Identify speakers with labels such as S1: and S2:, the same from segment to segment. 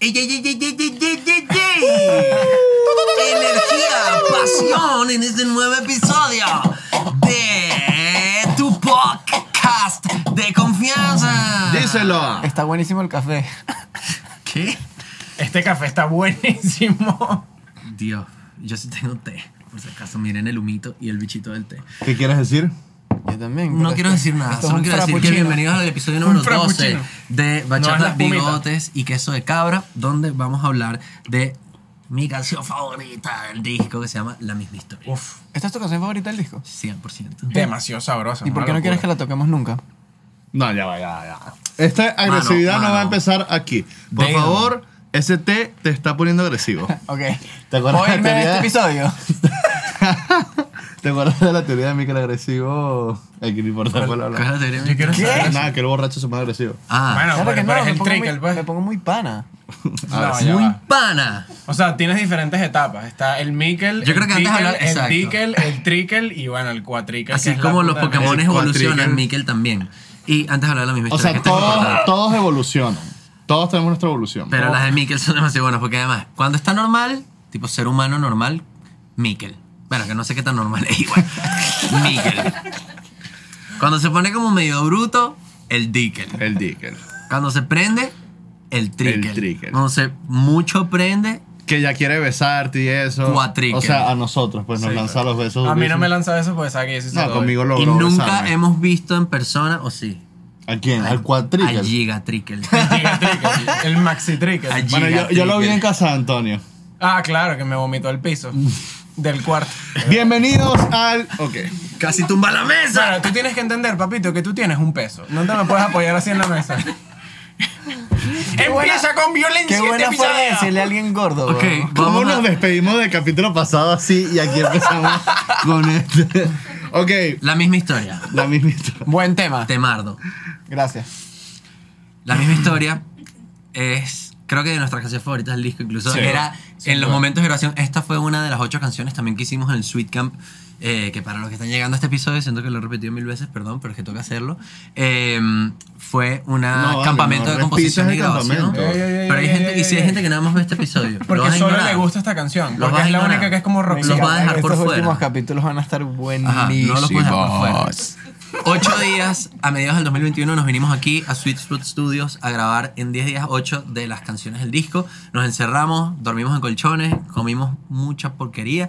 S1: ¡Ey, ey, ey, ey, ey, ey, ey, ey, ey! Energía, pasión en este nuevo episodio de tu podcast de confianza.
S2: Díselo.
S3: Está buenísimo el café.
S1: ¿Qué?
S4: Este café está buenísimo.
S1: Dios, yo sí tengo té. Por si acaso, miren el humito y el bichito del té.
S2: ¿Qué quieres decir?
S3: Yo también.
S1: No
S3: pero
S1: quiero
S3: esto-
S1: decir nada,
S3: esto es
S1: solo
S3: un
S1: quiero decir que
S3: frappuccino.
S1: bienvenidos al episodio número 12
S4: frappuccino.
S1: de
S4: No, es
S1: Bachata,
S4: la espumita.
S1: Bigotes y Queso de Cabra, donde vamos a hablar de mi canción favorita del disco que se llama La misma historia.
S4: Uf,
S3: ¿Esta es tu canción favorita del disco?
S1: 100%.
S4: demasiado sabrosa.
S3: ¿Y por qué no quieres que la toquemos nunca?
S2: No, ya va, ya, ya. Esta agresividad no
S1: mano.
S2: va a empezar aquí. Por
S1: Damn.
S2: favor, ese té te está poniendo agresivo.
S3: Ok.
S2: ¿Te acuerdas
S3: ¿Puedo
S2: de la
S3: irme de
S2: teoría?
S3: este episodio?
S2: ¿Te acuerdas de la teoría de Mikel agresivo? Hay que no importa cuál
S1: ¿Cuál es
S2: habla.
S1: la teoría?
S4: Yo quiero saber.
S2: Nada, que el borracho es más agresivo.
S1: Ah,
S4: Bueno,
S3: Claro
S4: pero,
S3: que no,
S4: pero es
S3: me
S4: el
S3: pongo
S4: trick,
S3: muy-
S4: el pues.
S3: Me pongo muy pana.
S4: No,
S2: Ahora,
S4: ya
S2: muy-
S4: va.
S1: pana.
S4: O sea, tienes diferentes etapas. Está el Mikel,
S1: Yo creo que
S4: el
S1: antes
S4: tikel,
S1: hablar-
S4: el
S1: exacto.
S4: Tikel, el Trikel y bueno, el Cuatrikel. que
S1: Así
S4: es la
S1: como los
S4: puta
S1: Pokémon
S2: el
S1: evolucionan,
S2: cuatrique.
S1: Mikel también. Y antes de hablar de la misma
S2: O
S1: historia. que
S2: sea,
S1: esto es importante.
S2: todos, todos evolucionan. Todos tenemos nuestra evolución.
S1: Pero las de Mikkel son demasiado buenas porque además, cuando está normal, tipo ser humano normal, Mikkel. Bueno, que no sé qué tan normal es igual. Mikkel. Cuando se pone como medio bruto, el Dickel.
S2: El Dicker.
S1: Cuando se prende, el Trickel.
S2: El Trickel.
S1: Cuando se mucho prende,
S2: Que ya quiere besarte y eso.
S1: Cuatrique.
S2: O sea, a nosotros, pues nos lanza los besos.
S4: A mí no
S2: durísimos.
S4: me lanza eso porque sabe que yo sí se lo
S2: No,
S4: doy.
S2: conmigo lo
S1: y nunca hemos visto en persona, o sí.
S2: ¿A quién? Al cuatrique.
S1: A Giga Trickel.
S4: El Giga Trikel, el Maxi Trikel.
S1: A Giga
S2: Bueno, yo, yo lo vi
S1: Trickel.
S2: en casa de Antonio.
S4: Ah, claro, que me vomitó el piso del cuarto.
S2: Bienvenidos al. Ok.
S1: Casi tumba la mesa.
S4: Claro, tú tienes que entender, papito, que tú tienes un peso. No te me puedes apoyar así en la mesa. Empieza con violencia.
S3: Qué buena
S4: este
S3: fue
S4: episodio.
S3: decirle a alguien gordo.
S1: Ok,
S3: bro.
S2: ¿Cómo
S1: vamos a-
S2: nos despedimos del capítulo pasado así y aquí empezamos con este? Ok,
S1: La misma historia.
S2: la misma historia.
S3: Buen tema.
S1: Temardo.
S3: Gracias.
S1: La misma historia es, creo que de nuestras canciones favoritas del disco, incluso
S2: Sí.
S1: era
S4: Sin
S1: en los
S4: duda.
S1: momentos de grabación. Esta fue una de las ocho canciones también que hicimos en el Sweet Camp. eh, que para los que están llegando a este episodio, siento que lo he repetido mil veces, perdón, pero es que toca hacerlo. eh, fue un
S2: vale,
S1: campamento
S2: no
S1: de composición y
S2: repitas el
S1: grabación.
S2: campamento.
S4: Ey, ey, ey,
S1: Pero hay
S4: ey,
S1: gente,
S4: ey,
S1: y si hay
S4: ey.
S1: gente que nada más ve este episodio, lo
S4: Porque
S1: vas a
S4: solo
S1: ignorar.
S4: le gusta esta canción.
S1: Los
S4: Porque
S1: vas
S4: es la
S1: a ignorar.
S4: única que es como
S1: Los vas a
S4: rockera.
S1: dejar por
S3: Estos últimos
S1: fuera.
S3: capítulos van a estar
S1: Ajá, no los puedes dejar por fuera.
S3: buenísimos.
S1: Ocho días a mediados del 2021 nos vinimos aquí a Sweet Spot Studios a grabar en 10 días 8 de las canciones del disco. Nos encerramos, dormimos en colchones, comimos mucha porquería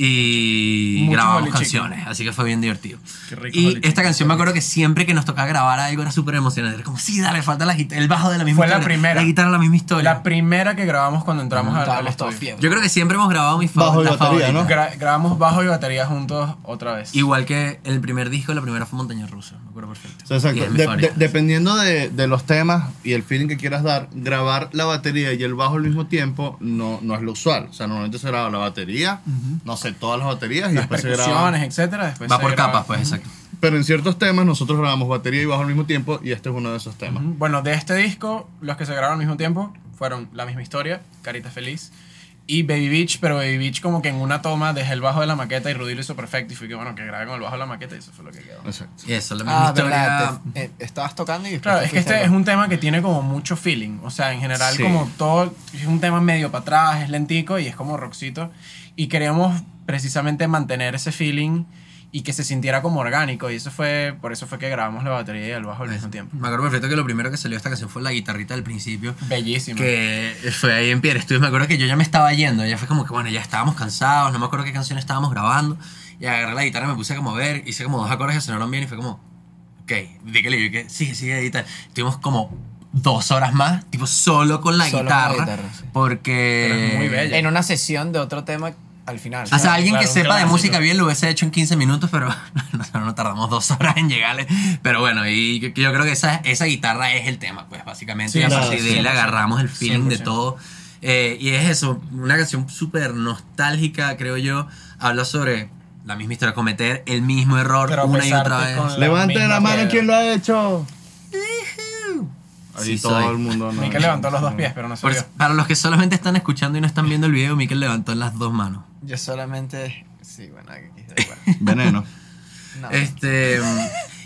S1: y
S4: Mucho
S1: grabamos
S4: Holy Chicken.
S1: canciones. Así que fue bien divertido.
S4: Qué rico Holy
S1: y esta
S4: Chicken.
S1: canción me acuerdo que siempre que nos tocaba grabar algo era súper emocionante. Era como, sí, dale, falta la guita- el bajo de la misma
S4: Fue la
S1: historia.
S4: primera.
S1: La guitarra la misma historia.
S4: La primera que grabamos cuando entramos al- al
S3: Estábamos todos
S4: estudio.
S3: fiebres.
S1: Yo creo que siempre hemos grabado mis
S2: Bajo y
S1: favoritas.
S2: batería, ¿no?
S4: Gra- grabamos bajo y batería juntos otra vez.
S1: Igual que el primer disco, la primera fue Montaña Rusa. Me acuerdo perfecto.
S2: O sea, exacto.
S1: Y es mi
S2: De-
S1: favorita.
S2: de- dependiendo de, de los temas y el feeling que quieras dar, grabar la batería y el bajo al mismo tiempo no, no es lo usual. O sea, normalmente se graba la batería, no sé, todas las baterías y
S4: las
S2: después se graba.
S4: percusiones, etcétera. Después
S1: pues Va
S4: se
S1: por
S4: graba-
S1: capas, pues, exacto.
S2: Pero en ciertos temas nosotros grabamos batería y bajo al mismo tiempo y este es uno de esos temas.
S4: Bueno, de este disco, los que se grabaron al mismo tiempo fueron La misma historia, Carita Feliz y Baby Beach, pero Baby Beach como que en una toma dejé el bajo de la maqueta y Rudy lo hizo perfecto y fui que bueno, que grabé con el bajo de la maqueta y eso fue lo que quedó.
S2: Exacto.
S1: Y eso, la misma
S3: Ah,
S1: historia.
S3: verdad. te- eh, Estabas tocando y después
S4: Claro,
S3: te
S4: es que
S3: fuiste
S4: este
S3: a-
S4: es un tema que tiene como mucho feeling. O sea, en general,
S2: Sí.
S4: como todo. Es un tema medio para atrás, es lentico y es como rockcito. Y queríamos precisamente mantener ese feeling y que se sintiera como orgánico. Y eso fue. Por eso fue que grabamos la batería y el bajo al mismo tiempo.
S1: Me acuerdo perfecto que lo primero que salió esta canción fue la guitarrita del principio.
S4: Bellísimo.
S1: Que fue ahí en Pierre Studios. Me acuerdo que yo ya me estaba yendo. Ya fue como que, bueno, ya estábamos cansados. No me acuerdo qué canción estábamos grabando. Y agarré la guitarra, me puse a mover. Hice como dos acordes que sonaron bien. Y fue como, ok, dígale yo que sigue, sigue editar. Estuvimos como dos horas más, tipo solo con la
S3: Solo con la
S1: guitarra.
S3: guitarra, sí.
S1: Porque.
S4: Pero es muy bella.
S3: En una sesión de otro tema al final.
S1: O sea, alguien
S4: claro,
S1: que
S4: un
S1: sepa de
S4: clásico.
S1: música bien lo hubiese hecho en 15 minutos, pero no, no tardamos dos horas en llegarle. Pero bueno, y yo, yo creo que esa, esa guitarra es el tema, pues básicamente.
S4: Sí,
S1: y a
S2: claro,
S1: partir de él
S4: 100%.
S1: agarramos el feeling de
S4: 100%.
S1: todo. Eh, y es eso, una canción súper nostálgica, creo yo. Habla sobre la misma historia, cometer el mismo error una y otra
S4: Tropezarte
S1: vez.
S4: con- La
S2: Levante
S4: misma
S2: la mano
S4: piedra.
S2: quien lo ha hecho.
S1: Sí,
S2: Ahí todo
S1: soy.
S2: el mundo. no.
S4: Mikel levantó los dos pies, pero no se
S1: Por-
S4: vio.
S1: para los que solamente están escuchando y no están viendo el video, Mikel levantó las dos manos.
S3: Yo solamente. Sí, bueno, aquí da igual.
S2: Veneno.
S3: No.
S1: Este mm,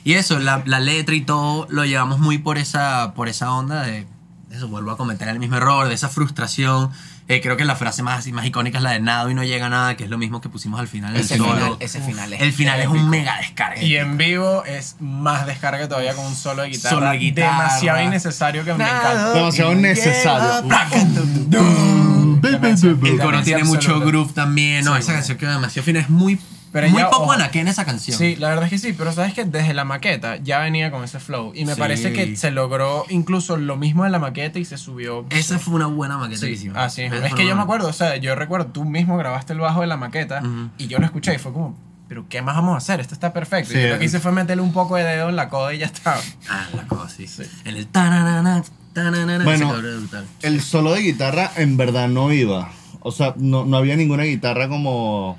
S1: y eso, la, la letra y todo lo llevamos muy por esa por esa onda de eso, se vuelva a cometer el mismo error, de esa frustración. Eh, creo que la frase más, más icónica es la de nada y no llega nada, que es lo mismo que pusimos al final. del
S3: Ese
S1: solo.
S3: final, ese final es
S1: el final es un
S3: épico.
S1: mega descarga.
S4: Y en vivo es más descarga todavía con un solo de guitarra.
S1: Solo de guitarra.
S4: Demasiado innecesario
S3: Ah,
S4: que me encanta.
S2: Demasiado necesario.
S1: El coro tiene mucho
S4: absoluta.
S1: groove también. No, esa canción queda demasiado fina. Es muy,
S4: Pero
S1: muy
S4: ya,
S1: poco
S4: ojo.
S1: anaquén esa canción.
S4: Sí, la verdad es que sí, pero sabes que desde la maqueta ya venía con ese flow. Y me
S1: Sí.
S4: parece que se logró incluso lo mismo en la maqueta y se subió.
S1: Esa fue una buena maqueta que
S4: Sí,
S1: hicimos.
S4: así es.
S1: Esa
S4: Es
S1: fue una
S4: que yo me
S1: buena-
S4: acuerdo, o sea, yo recuerdo, tú mismo grabaste el bajo de la maqueta
S1: Ujú.
S4: y yo lo escuché y fue como, pero ¿qué más vamos a hacer? Esto está perfecto.
S2: Sí.
S4: Y yo lo que hice fue meterle un poco de dedo en la coda y ya está.
S1: Ah, la cosa, sí.
S4: Sí.
S1: En el tananana, tananana,
S2: Bueno.
S1: ese cabrón es brutal.
S2: El solo de guitarra en verdad no iba. O sea, no, no había ninguna guitarra como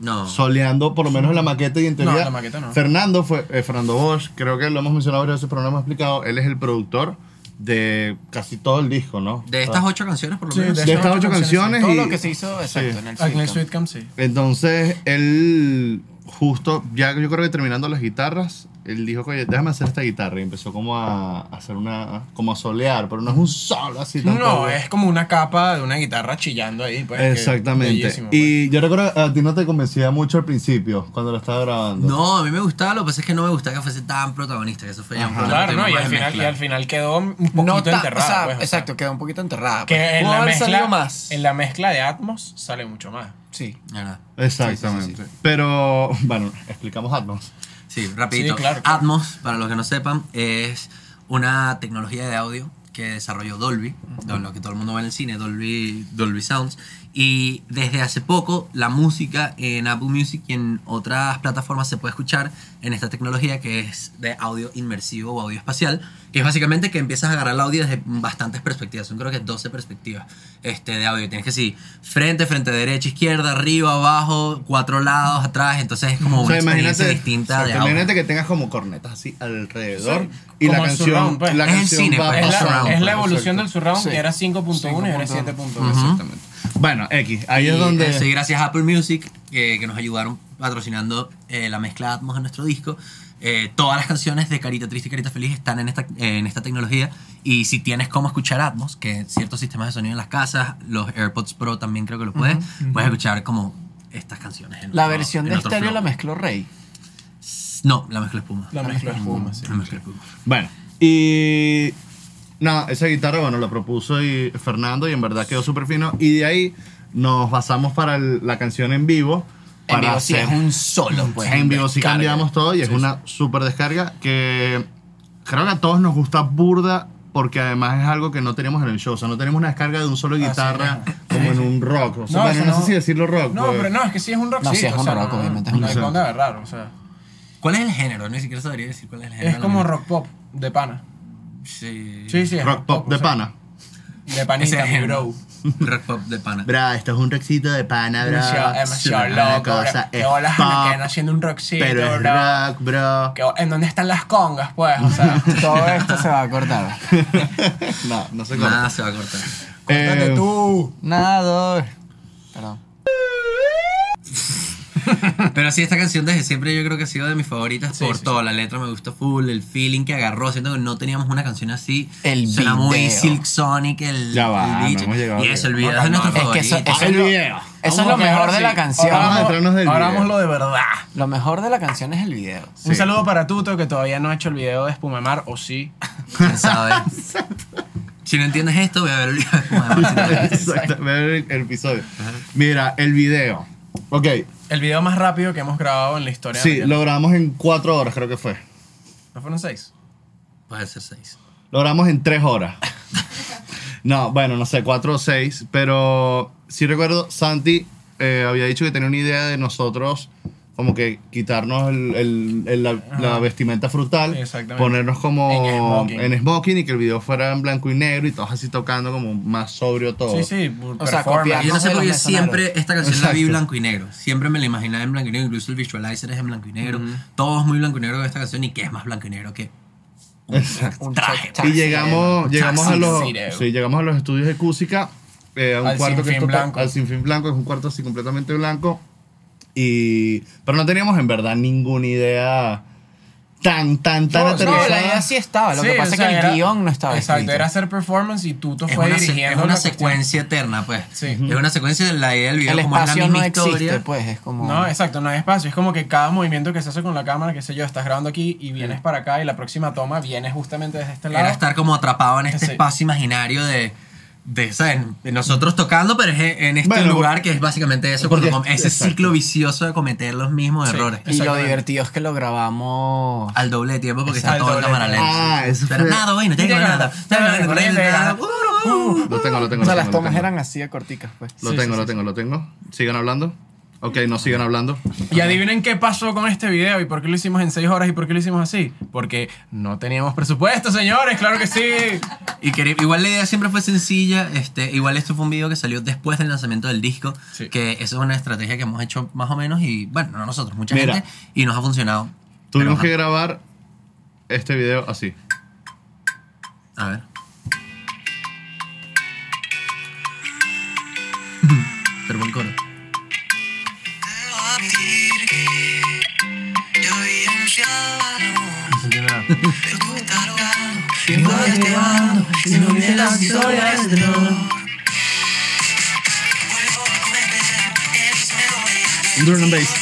S1: No.
S2: soleando, por lo menos en la maqueta y en
S4: No,
S2: teoría.
S4: la maqueta no.
S2: Fernando fue, eh, Fernando Bosch, creo que lo hemos mencionado varias veces, pero no lo hemos explicado. Él es el productor de casi todo el disco, ¿no?
S1: de
S4: Ah.
S1: estas ocho canciones, por lo
S4: Sí,
S1: menos.
S4: de-
S2: de estas ocho canciones.
S3: Todo
S2: y-
S3: lo que se hizo, exacto,
S2: Sí.
S3: en el
S4: Ah, En
S3: film.
S4: el Sweet Camp sí.
S2: Entonces, él, justo, ya yo creo que terminando las guitarras, él dijo, oye, déjame hacer esta guitarra. Y empezó como a, a hacer una, como a solear, pero no es un solo así tampoco.
S4: No, es como una capa de una guitarra chillando ahí. Pues, que
S2: Exactamente.
S4: bellísimo, pues.
S2: y yo recuerdo que a ti no te convencía mucho al principio, cuando lo estaba grabando.
S1: No, a mí me gustaba, lo que pasa es que no me gustaba que fuese tan protagonista, que eso fue ya un
S2: Ajá.
S1: problema
S4: Claro,
S1: que
S4: ¿no? Y
S1: tuvimos
S4: al,
S1: de
S4: final, y
S1: mezcla.
S4: al final quedó un poquito
S3: No tan-
S4: enterrada.
S3: o sea,
S4: pues, o sea,
S3: exacto, quedó un poquito enterrada.
S4: Que
S3: pues.
S4: en
S3: Pudo
S4: la,
S3: haber
S4: mezcla,
S3: salido más.
S4: en la mezcla de Atmos sale mucho más.
S3: Sí.
S1: De verdad.
S2: Exactamente. Pero, bueno, explicamos Atmos.
S1: Sí, rapidito.
S4: Sí, claro, claro.
S1: Atmos, para los que no sepan, es una tecnología de audio que desarrolló Dolby, lo que todo el mundo ve en el cine, Dolby, Dolby Sounds. Y desde hace poco la música en Apple Music y en otras plataformas se puede escuchar en esta tecnología que es de audio inmersivo o audio espacial, que es básicamente que empiezas a agarrar el audio desde bastantes perspectivas, son creo que 12 perspectivas este, de audio. Tienes que sí, frente, frente derecha, izquierda, arriba, abajo, cuatro lados, atrás, entonces es como
S2: O
S1: una
S2: sea,
S1: experiencia
S2: imagínate,
S1: distinta
S2: exacto,
S1: de audio.
S2: imagínate que tengas como cornetas así alrededor y
S4: Sí,
S2: la
S4: como el
S2: canción,
S4: surround, pues.
S2: la
S1: Es el
S2: canción
S1: cine,
S2: va
S3: Ah,
S1: pues,
S4: Es la,
S1: surround,
S4: es la
S2: pues,
S4: evolución del
S2: exacto.
S4: surround
S3: Sí.
S4: que era 5.1 y era
S3: 5.1.
S4: 7.1.
S1: Ujú.
S2: Exactamente. Bueno, X, ahí
S1: Y,
S2: es donde...
S1: eh, sí, gracias a Apple Music, eh, que nos ayudaron patrocinando eh, la mezcla de Atmos en nuestro disco. Eh, todas las canciones de Carita Triste y Carita Feliz están en esta, en esta tecnología. Y si tienes cómo escuchar Atmos, que ciertos sistemas de sonido en las casas, los AirPods Pro también creo que lo puedes, puedes escuchar como estas canciones. en
S3: La
S1: otro-
S3: versión
S1: en
S3: de
S1: otro
S3: estéreo
S1: flow.
S3: la mezcló Rey.
S1: No, la mezcla espuma.
S4: La mezcla espuma, sí.
S1: La mezcla espuma.
S2: Bueno, y. Nada, esa guitarra, bueno, la propuso y Fernando y en verdad quedó súper fino. Y de ahí nos basamos para el- la canción en vivo.
S3: En
S2: para
S3: vivo sí
S2: hacer-
S3: es un solo, pues.
S2: en vivo sí
S3: descarga.
S2: cambiamos todo y es una súper descarga que creo que a todos nos gusta burda porque además es algo que no tenemos en el show. O sea, no tenemos una descarga de un solo guitarra como en un rock. O sea, bueno,
S4: eso
S2: no, sé si decirlo rock.
S4: No,
S2: pues.
S4: pero no, es que sí es un rock.
S3: No, sí es un rock, obviamente, es un
S4: La
S2: rock.
S4: onda es raro, o sea.
S1: ¿Cuál es el género? Ni siquiera sabría decir cuál es el género.
S4: Es como rock pop de pana.
S1: Sí.
S4: Sí, sí. es
S2: Rock pop
S4: o
S2: de
S4: sea,
S2: pana.
S4: De
S1: Ese
S4: panita,
S1: es
S4: mi
S1: el
S4: bro.
S1: Rock pop de pana.
S2: Bra, esto es un rockcito de pana, bra.
S4: Demasiado,
S2: Es
S4: demasiado
S2: una
S4: loco.
S2: cosa,
S4: bro. Qué
S2: es
S4: bolas
S2: pop.
S4: que están haciendo un rockcito,
S2: Pero es
S4: bro.
S2: rock, bro.
S4: Qué bo- ¿En dónde están las congas, pues? O sea,
S3: Todo esto se va a cortar.
S2: No, no sé cómo.
S1: Nada se va a cortar.
S4: cuéntate
S2: Eh,
S4: tú.
S3: Nada. Perdón.
S1: Pero sí, esta canción desde siempre yo creo que ha sido de mis favoritas
S4: Sí,
S1: por
S4: sí,
S1: todo. La letra me gustó full, el feeling que agarró. Siento que no teníamos una canción así.
S3: El
S1: Suena muy
S3: video.
S1: Silk Sonic, el,
S2: Ya va,
S1: el
S2: no
S1: beat.
S2: hemos llegado
S1: Y
S2: al
S1: eso, el
S4: video.
S1: video es de nuestro
S3: Es que
S1: favorito.
S3: eso, eso es
S2: el
S3: lo,
S2: video.
S3: eso es lo
S4: Ok,
S3: mejor
S4: ahora
S3: de
S4: sí.
S3: la canción.
S4: Ahora
S2: Vamos a
S4: vamos-
S2: detrás. adentrarnos del
S4: ahora
S2: video.
S4: vamos lo de verdad.
S3: Lo mejor de la canción es el video.
S2: Sí.
S4: Un saludo para Tuto, que todavía no ha hecho el video de Espumamar, o sí.
S1: ¿Quién sabe? si no entiendes esto, voy a ver el video.
S2: Exacto, ver el, el episodio. Mira, el video. Ok,
S4: El video más rápido que hemos grabado en la historia.
S2: sí,
S4: de-
S2: lo grabamos en cuatro horas, creo que fue.
S4: ¿No fueron seis?
S1: Puede ser seis.
S2: Lo grabamos en tres horas. No, bueno, no sé, cuatro o seis, pero sí recuerdo, Santi eh, había dicho que tenía una idea de nosotros como que quitarnos el- el- el- la, la vestimenta frutal,
S4: Exactamente.
S2: ponernos como
S4: En smoking.
S2: en smoking y que el video fuera en blanco y negro y todos así tocando como más sobrio todo.
S4: Sí, sí. por
S3: O sea,
S4: performance.
S3: copiar-
S1: Yo no
S3: Vamos a
S1: sé
S3: ver
S1: por
S3: los
S1: qué
S3: mesoneros.
S1: siempre esta canción la vi
S2: Exacto.
S1: blanco y negro. Siempre me la imaginaba en blanco y negro. Incluso el visualizer es en blanco y negro. Todo es muy blanco y negro de esta canción. ¿Y qué es más blanco y negro que
S2: Exacto.
S3: Un
S1: Traje.
S3: cha-
S2: Y
S3: cha-
S2: llegamos, llegamos, a los,
S4: Tuxedo.
S2: sí, llegamos a los estudios de Cusica, eh, a un
S4: Al
S2: cuarto que es
S4: sinfín
S2: total-
S4: blanco.
S2: al sinfín blanco, es un cuarto así completamente blanco. Y, pero no teníamos en verdad ninguna idea tan, tan, tan
S4: No, no,
S3: No,
S2: aterrizada.
S3: la idea sí estaba. Ah, Lo
S4: Sí,
S3: que pasa
S4: o
S3: es
S4: sea,
S3: que el
S4: era-
S3: guión no estaba
S4: Exacto,
S3: escrito.
S4: era hacer performance y Tuto
S1: Es
S4: fue
S1: una, se-
S4: dirigiendo.
S1: es una
S4: la cuestión.
S1: secuencia eterna, pues.
S4: Sí.
S1: Es una secuencia de la idea del video,
S3: El
S1: como es la
S3: espacio
S1: misma
S3: no existe,
S1: historia.
S3: pues. Es como...
S4: No, exacto, no hay espacio. Es como que cada movimiento que se hace con la cámara, qué sé yo, estás grabando aquí y vienes para acá y la próxima toma viene justamente desde este lado.
S1: Era estar como atrapado en este
S4: Sí.
S1: espacio imaginario de, de, ¿sabes? de nosotros tocando, pero es en este
S2: Bueno,
S1: lugar que es básicamente eso,
S2: porque-
S1: cuando com- ese
S2: exacto.
S1: ciclo vicioso de cometer los mismos
S4: Sí.
S1: errores.
S3: Y lo
S4: Exactamente. Ah,
S3: divertido es que lo grabamos...
S1: Al doble de tiempo porque
S4: Exacto,
S1: está todo en
S4: al doble
S1: cámara
S4: de
S1: lenta.
S2: tiempo. Ah, eso
S1: Pero
S2: fue-
S1: nada, hoy no tengo
S4: Llega,
S1: nada.
S4: llega, llega.
S1: Uh, uh, uh.
S2: Lo tengo, lo tengo.
S3: O sea,
S2: lo
S3: las
S2: tengo,
S3: tomas
S2: lo tengo.
S3: eran así de corticas, pues.
S2: Lo
S4: Sí,
S2: tengo,
S4: sí,
S2: lo
S4: sí,
S2: tengo, lo tengo. ¿Sigan hablando? Ok, no sigan hablando.
S4: Y adivinen qué pasó con este video y por qué lo hicimos en 6 horas y por qué lo hicimos así. Porque no teníamos presupuesto, señores, claro que sí.
S1: Y quere- igual la idea siempre fue sencilla. Este, igual esto fue un video que salió después del lanzamiento del disco.
S4: Sí.
S1: Que eso es una estrategia que hemos hecho más o menos. Y bueno, no nosotros, mucha
S2: Mira.
S1: gente. Y nos ha funcionado.
S2: Tuvimos que
S1: Pero,
S2: grabar este video así.
S1: ajá. A ver. Pero buen coro.
S4: No se entiende nada.
S2: Drum and bass.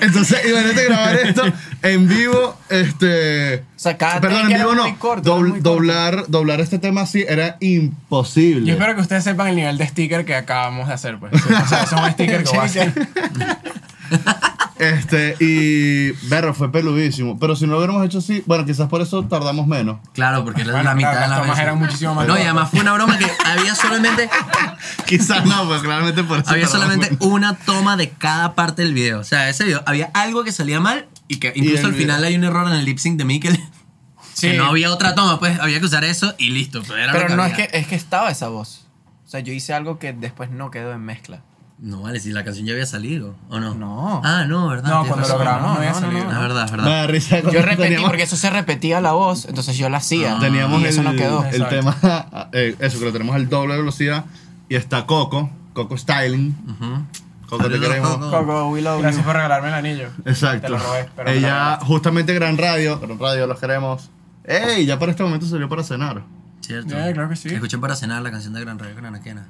S2: Entonces, imagínate grabar esto en vivo, este...
S3: O sea, cada
S2: Perdón,
S3: take
S2: en
S3: era
S2: vivo
S3: muy
S2: no.
S3: corto, era
S2: Dobl-
S3: muy corto.
S2: doblar, doblar este tema así era imposible.
S4: Yo espero que ustedes sepan el nivel de sticker que acabamos de hacer, pues. O sea, eso es un sticker que va a hacer.
S2: Este, y Berro fue peludísimo. Pero si no lo hubiéramos hecho así, bueno, quizás por eso tardamos menos.
S1: Claro, porque era
S4: Bueno,
S1: la mitad
S4: claro,
S1: de
S4: las
S1: las
S4: tomas
S1: veces.
S4: eran muchísimo más
S1: No, y
S4: cortas.
S1: además fue una broma que había solamente,
S2: Quizás no, pues claramente por eso.
S1: había
S2: tardamos
S1: solamente
S2: menos.
S1: una toma de cada parte del video. O sea, ese video había algo que salía mal y que
S2: Y el
S1: incluso al
S2: video.
S1: final hay un error en el lip sync de Mikel.
S4: Sí,
S1: Que no había otra toma, pues había que usar eso y listo. Pero, era lo
S3: Pero no es
S1: había.
S3: que, es que estaba esa voz. O sea, yo hice algo que después no quedó en mezcla.
S1: No vale, si la canción ya había salido, ¿o no?
S3: No.
S1: Ah, no, ¿verdad?
S4: No,
S1: Tienes
S4: cuando
S1: razón.
S4: lo grabamos no,
S3: no,
S4: había
S3: no,
S4: salido.
S1: Es verdad, es
S2: Me da
S1: verdad.
S2: risa cuando
S3: Yo repetí
S2: teníamos,
S3: porque eso se repetía la voz, entonces yo la hacía.
S2: teníamos
S3: y eso
S2: el,
S3: no quedó.
S2: el
S4: Ah, Exacto.
S2: tema, eh, eso que lo tenemos al doble de velocidad. Y está Coco, Coco Styling.
S1: Ujú.
S2: Coco, te
S1: Saludos,
S2: queremos.
S1: Coco.
S3: Coco, we love
S4: Gracias
S3: you.
S4: por regalarme el anillo.
S2: Exacto.
S4: Te lo robé, pero me lo
S2: Ella,
S4: regalaste.
S2: justamente Gran Radio, Gran Radio, los queremos. ¡Ey! Ya para este momento salió para cenar.
S1: Cierto.
S4: Ya, claro que sí.
S1: Escuché para cenar la canción de Gran Radio con Anaquena.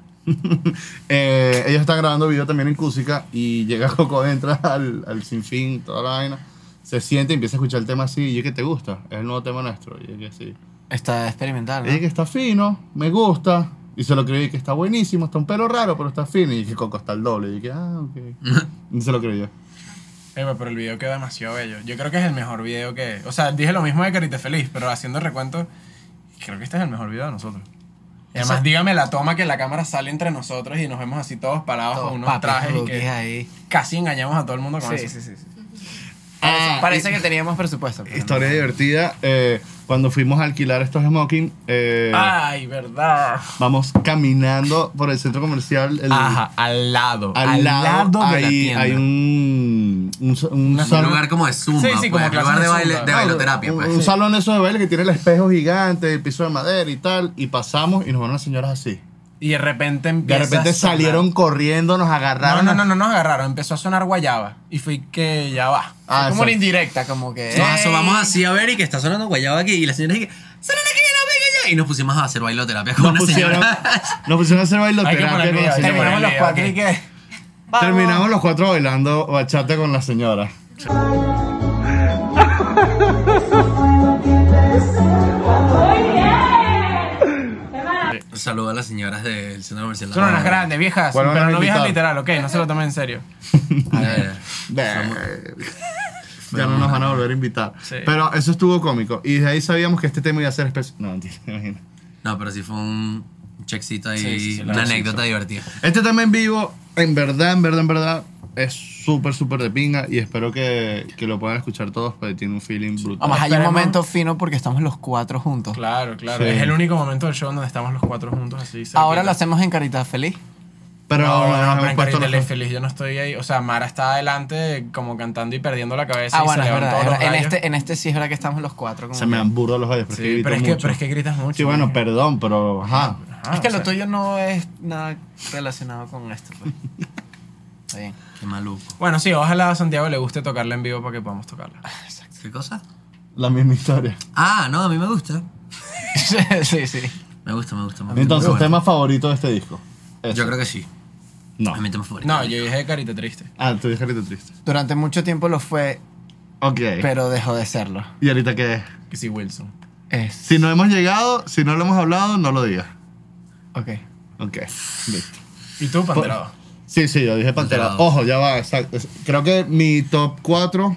S2: Eh, ella está grabando video también en Cusica y llega Coco, entra al, al sinfín, toda la vaina. Se siente y empieza a escuchar el tema así. Y yo que te gusta, es el nuevo tema nuestro. Y yo que sí.
S3: Está experimental,
S2: Ella
S3: ¿no?
S2: que está fino, me gusta. Y se lo creyó y que está buenísimo, está un pelo raro, pero está fino. Y dije, Coco está al doble. Y dije, ah, ok. Y se lo creyó.
S4: Epa, pero el video quedó demasiado bello. Yo creo que es el mejor video que. O sea, dije lo mismo de Carita Feliz, pero haciendo el recuento, creo que este es el mejor video de nosotros. Y además, dígame la toma que la cámara sale entre nosotros y nos vemos así todos parados
S3: Todos
S4: con unos
S3: papis
S4: trajes y
S3: rookies
S4: que
S3: ahí.
S4: casi engañamos a todo el mundo con eso.
S2: Ah,
S3: Parece que teníamos presupuesto. pero
S2: Historia
S3: no.
S2: divertida. eh, cuando fuimos a alquilar estos smoking, eh,
S4: Ay, verdad.
S2: vamos caminando por el centro comercial. el-
S4: Ajá, al lado.
S2: Al, lado,
S4: de la
S2: hay,
S4: tienda.
S2: hay un, un, un
S1: Un
S2: salón-
S1: lugar como de zumba,
S4: Sí, sí, como
S1: pues,
S4: clases
S1: lugar
S4: de
S1: de, baile,
S4: zumba.
S1: de
S4: No,
S1: bailoterapia,
S2: un,
S1: pues.
S2: un salón eso de baile que tiene el espejo gigante, el piso de madera y tal. Y pasamos y nos van unas señoras así.
S4: Y de repente
S2: De
S4: empieza
S2: repente
S4: a sonar.
S2: salieron corriendo, nos
S4: No,
S2: agarraron.
S4: no, no, no nos agarraron. Empezó a sonar guayaba. Y fui que ya va.
S2: Ah,
S3: como
S2: exacto.
S3: una indirecta, como que. Ah,
S1: Nos asomamos
S3: "Ey".
S1: ah, así a ver y que está sonando guayaba aquí. Y la señora dice, ¡Sonan aquí, no venga ya! Y nos pusimos a hacer bailoterapia con
S2: nos,
S1: una
S2: pusieron,
S1: señora.
S2: nos pusieron a hacer bailoterapia
S4: poner
S2: con
S4: video,
S2: la
S4: hay
S2: señora.
S3: Terminamos los
S4: que poner Bueno,
S3: cuatro
S4: ok.
S3: y que. "Vamos".
S2: Terminamos los cuatro bailando bachata con la señora.
S1: Un saludo a las señoras del centro comercial.
S4: Son unas grandes, viejas.
S2: Bueno,
S4: pero
S2: nos
S4: no viejas
S2: invitaron.
S4: literal, ok. No se lo tomen en serio.
S1: A
S4: Eh,
S1: ver.
S2: Ya no nos van a volver a invitar.
S4: Sí.
S2: Pero eso estuvo cómico. Y de ahí sabíamos que este tema iba a ser especial. No, mentira, imagina.
S1: No, pero sí fue un checkcito ahí,
S4: Sí, sí, sí, la
S1: una
S4: verdad, sí,
S1: anécdota
S4: sí.
S1: divertida.
S2: Este tema en vivo, en verdad, en verdad, en verdad, es súper, súper de pinga y espero que, que lo puedan escuchar todos porque tiene un feeling brutal.
S3: Además, hay un
S4: Esperemos.
S3: momento fino porque estamos los cuatro juntos.
S4: Claro, claro.
S2: Sí.
S4: Es el único momento del show donde estamos los cuatro juntos así. cerquita.
S3: Ahora lo hacemos en Caridad Feliz.
S2: Pero nos
S4: No, no,
S2: hemos
S4: pero en
S2: puesto
S4: Carita
S2: los-
S4: Feliz, feliz yo no estoy ahí. O sea, Mara está adelante como cantando y perdiendo la cabeza.
S3: ah,
S4: y
S3: bueno,
S4: se
S3: es
S4: le van
S3: verdad.
S4: todos
S3: es
S4: los
S3: verdad. En
S4: gallos.
S3: este, en este sí es verdad que estamos los cuatro. como
S2: Se me
S3: que-
S2: han burdo los gallos, pero, es que
S4: Sí, pero
S2: grito
S4: es, que,
S2: mucho.
S4: pero es que gritas mucho.
S2: Sí, bueno, perdón, pero ajá.
S4: Ajá,
S3: es que
S4: o
S3: lo
S4: sea,
S3: tuyo no es nada relacionado con esto. pues. Está bien.
S1: Qué maluco.
S4: Bueno, sí, ojalá a Santiago le guste tocarla en vivo para que podamos tocarla.
S1: ¿Qué cosa?
S2: La misma historia.
S1: Ah, no, a mí me gusta.
S3: sí, sí.
S1: Me gusta, me gusta. me gusta.
S2: Entonces,
S1: Pero bueno,
S2: tema favorito de este disco. Ese.
S1: Yo creo que sí.
S2: No.
S1: Es mi tema favorito.
S4: No, yo dije carita triste.
S2: Ah, tú dijiste ahorita triste.
S3: Durante mucho tiempo lo fue,
S2: Ok.
S3: pero dejó de serlo.
S2: ¿Y ahorita qué es?
S4: Que sí, Wilson.
S3: Es.
S2: Si no hemos llegado, si no lo hemos hablado, no lo digas.
S3: Ok.
S2: Ok. Listo.
S4: ¿Y tú, Panderado?
S2: Sí, sí, yo dije Pantera.
S1: Pantera.
S2: Ojo, ya va, exacto. Es- Creo que mi top 4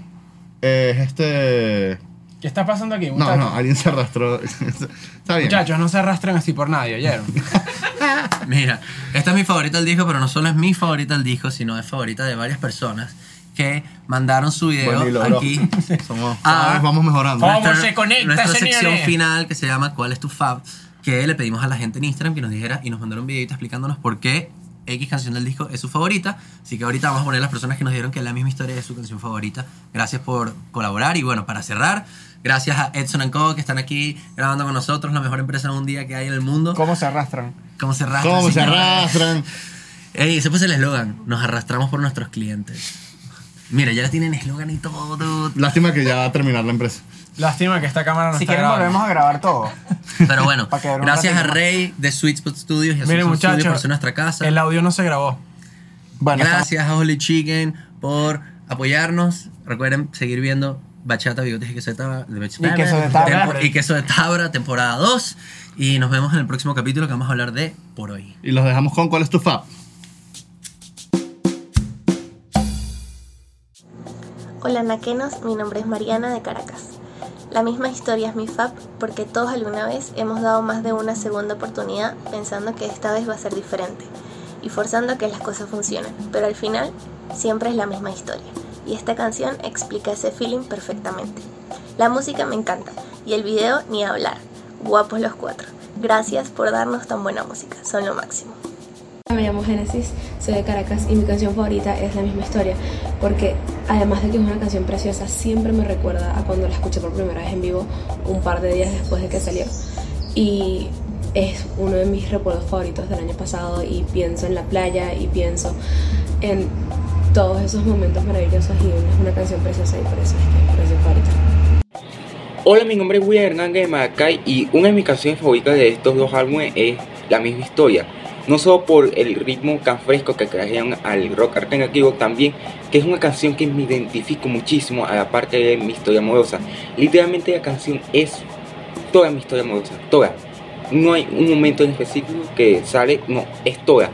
S2: es este.
S4: ¿Qué está pasando aquí,
S2: No,
S4: muchachos?
S2: no, alguien se arrastró. Está bien.
S4: Muchachos, no se arrastren así por nadie, ¿oyeron?
S1: Mira, esta es mi favorita del disco, pero no solo es mi favorita del disco, sino es favorita de varias personas que mandaron su video
S2: Buen hilo, bro.
S1: aquí.
S2: Somos,
S1: Ah.
S2: cada vez vamos mejorando.
S4: ¿Cómo se conecta,
S1: nuestra sección
S4: señores?
S1: final que se llama ¿Cuál es tu fab? Que le pedimos a la gente en Instagram que nos dijera y nos mandaron un videito explicándonos por qué X canción del disco es su favorita. Así que ahorita vamos a poner las personas que nos dieron que la misma historia es su canción favorita. Gracias por colaborar y bueno, para cerrar, gracias a Edson Co que están aquí grabando con nosotros, la mejor empresa en un día que hay en el mundo. ¿Cómo,
S3: ¿Cómo se arrastran?
S1: se arrastran?
S2: ¿Cómo se
S1: señores?
S2: arrastran?
S1: Ey, ese puso el eslogan. Nos arrastramos por nuestros clientes. Mira, ya tienen eslogan y todo, dude.
S2: Lástima que ya va a terminar la empresa.
S4: Lástima que esta cámara no
S3: Si
S4: está
S3: quieren
S4: grabando.
S3: volvemos a grabar todo.
S1: Pero bueno,
S3: Pa' quedar un
S1: gracias a
S3: ratito más.
S1: Rey de Sweet Spot Studios y a
S4: Miren,
S1: Susan Studio
S4: muchachos,
S1: por ser nuestra casa.
S4: El audio no se grabó.
S3: Bueno,
S1: gracias a Holy Chicken por apoyarnos. Recuerden seguir viendo Bachata, Bigotes y Queso de Tabra. de Bach-
S3: Y Queso de Tabra.
S1: Tempo- y Queso de Tabra, temporada 2. Y nos vemos en el próximo capítulo que vamos a hablar de Por Hoy.
S2: Y los dejamos con ¿Cuál es tu fab?
S5: Hola Naquenos, mi nombre es Mariana de Caracas. La misma historia es mi FAP porque todos alguna vez hemos dado más de una segunda oportunidad pensando que esta vez va a ser diferente y forzando a que las cosas funcionen, pero al final siempre es la misma historia y esta canción explica ese feeling perfectamente. La música me encanta y el video ni hablar. Guapos los cuatro. Gracias por darnos tan buena música, son lo máximo.
S6: Me llamo Génesis, soy de Caracas y mi canción favorita es La misma historia, porque además de que es una canción preciosa, siempre me recuerda a cuando la escuché por primera vez en vivo un par de días después de que salió. Y es uno de mis recuerdos favoritos del año pasado y pienso en la playa y pienso en todos esos momentos maravillosos y es una canción preciosa y por eso es que es mi canción favorita.
S7: Hola, mi nombre es William Hernández de Maracay y una de mis canciones favoritas de estos dos álbumes es La misma historia. No solo por el ritmo tan fresco que trajeron al rock alternativo, también que es una canción que me identifico muchísimo a la parte de mi historia amorosa. Literalmente la canción es toda mi historia amorosa, toda. No hay un momento en específico que sale, no, es toda.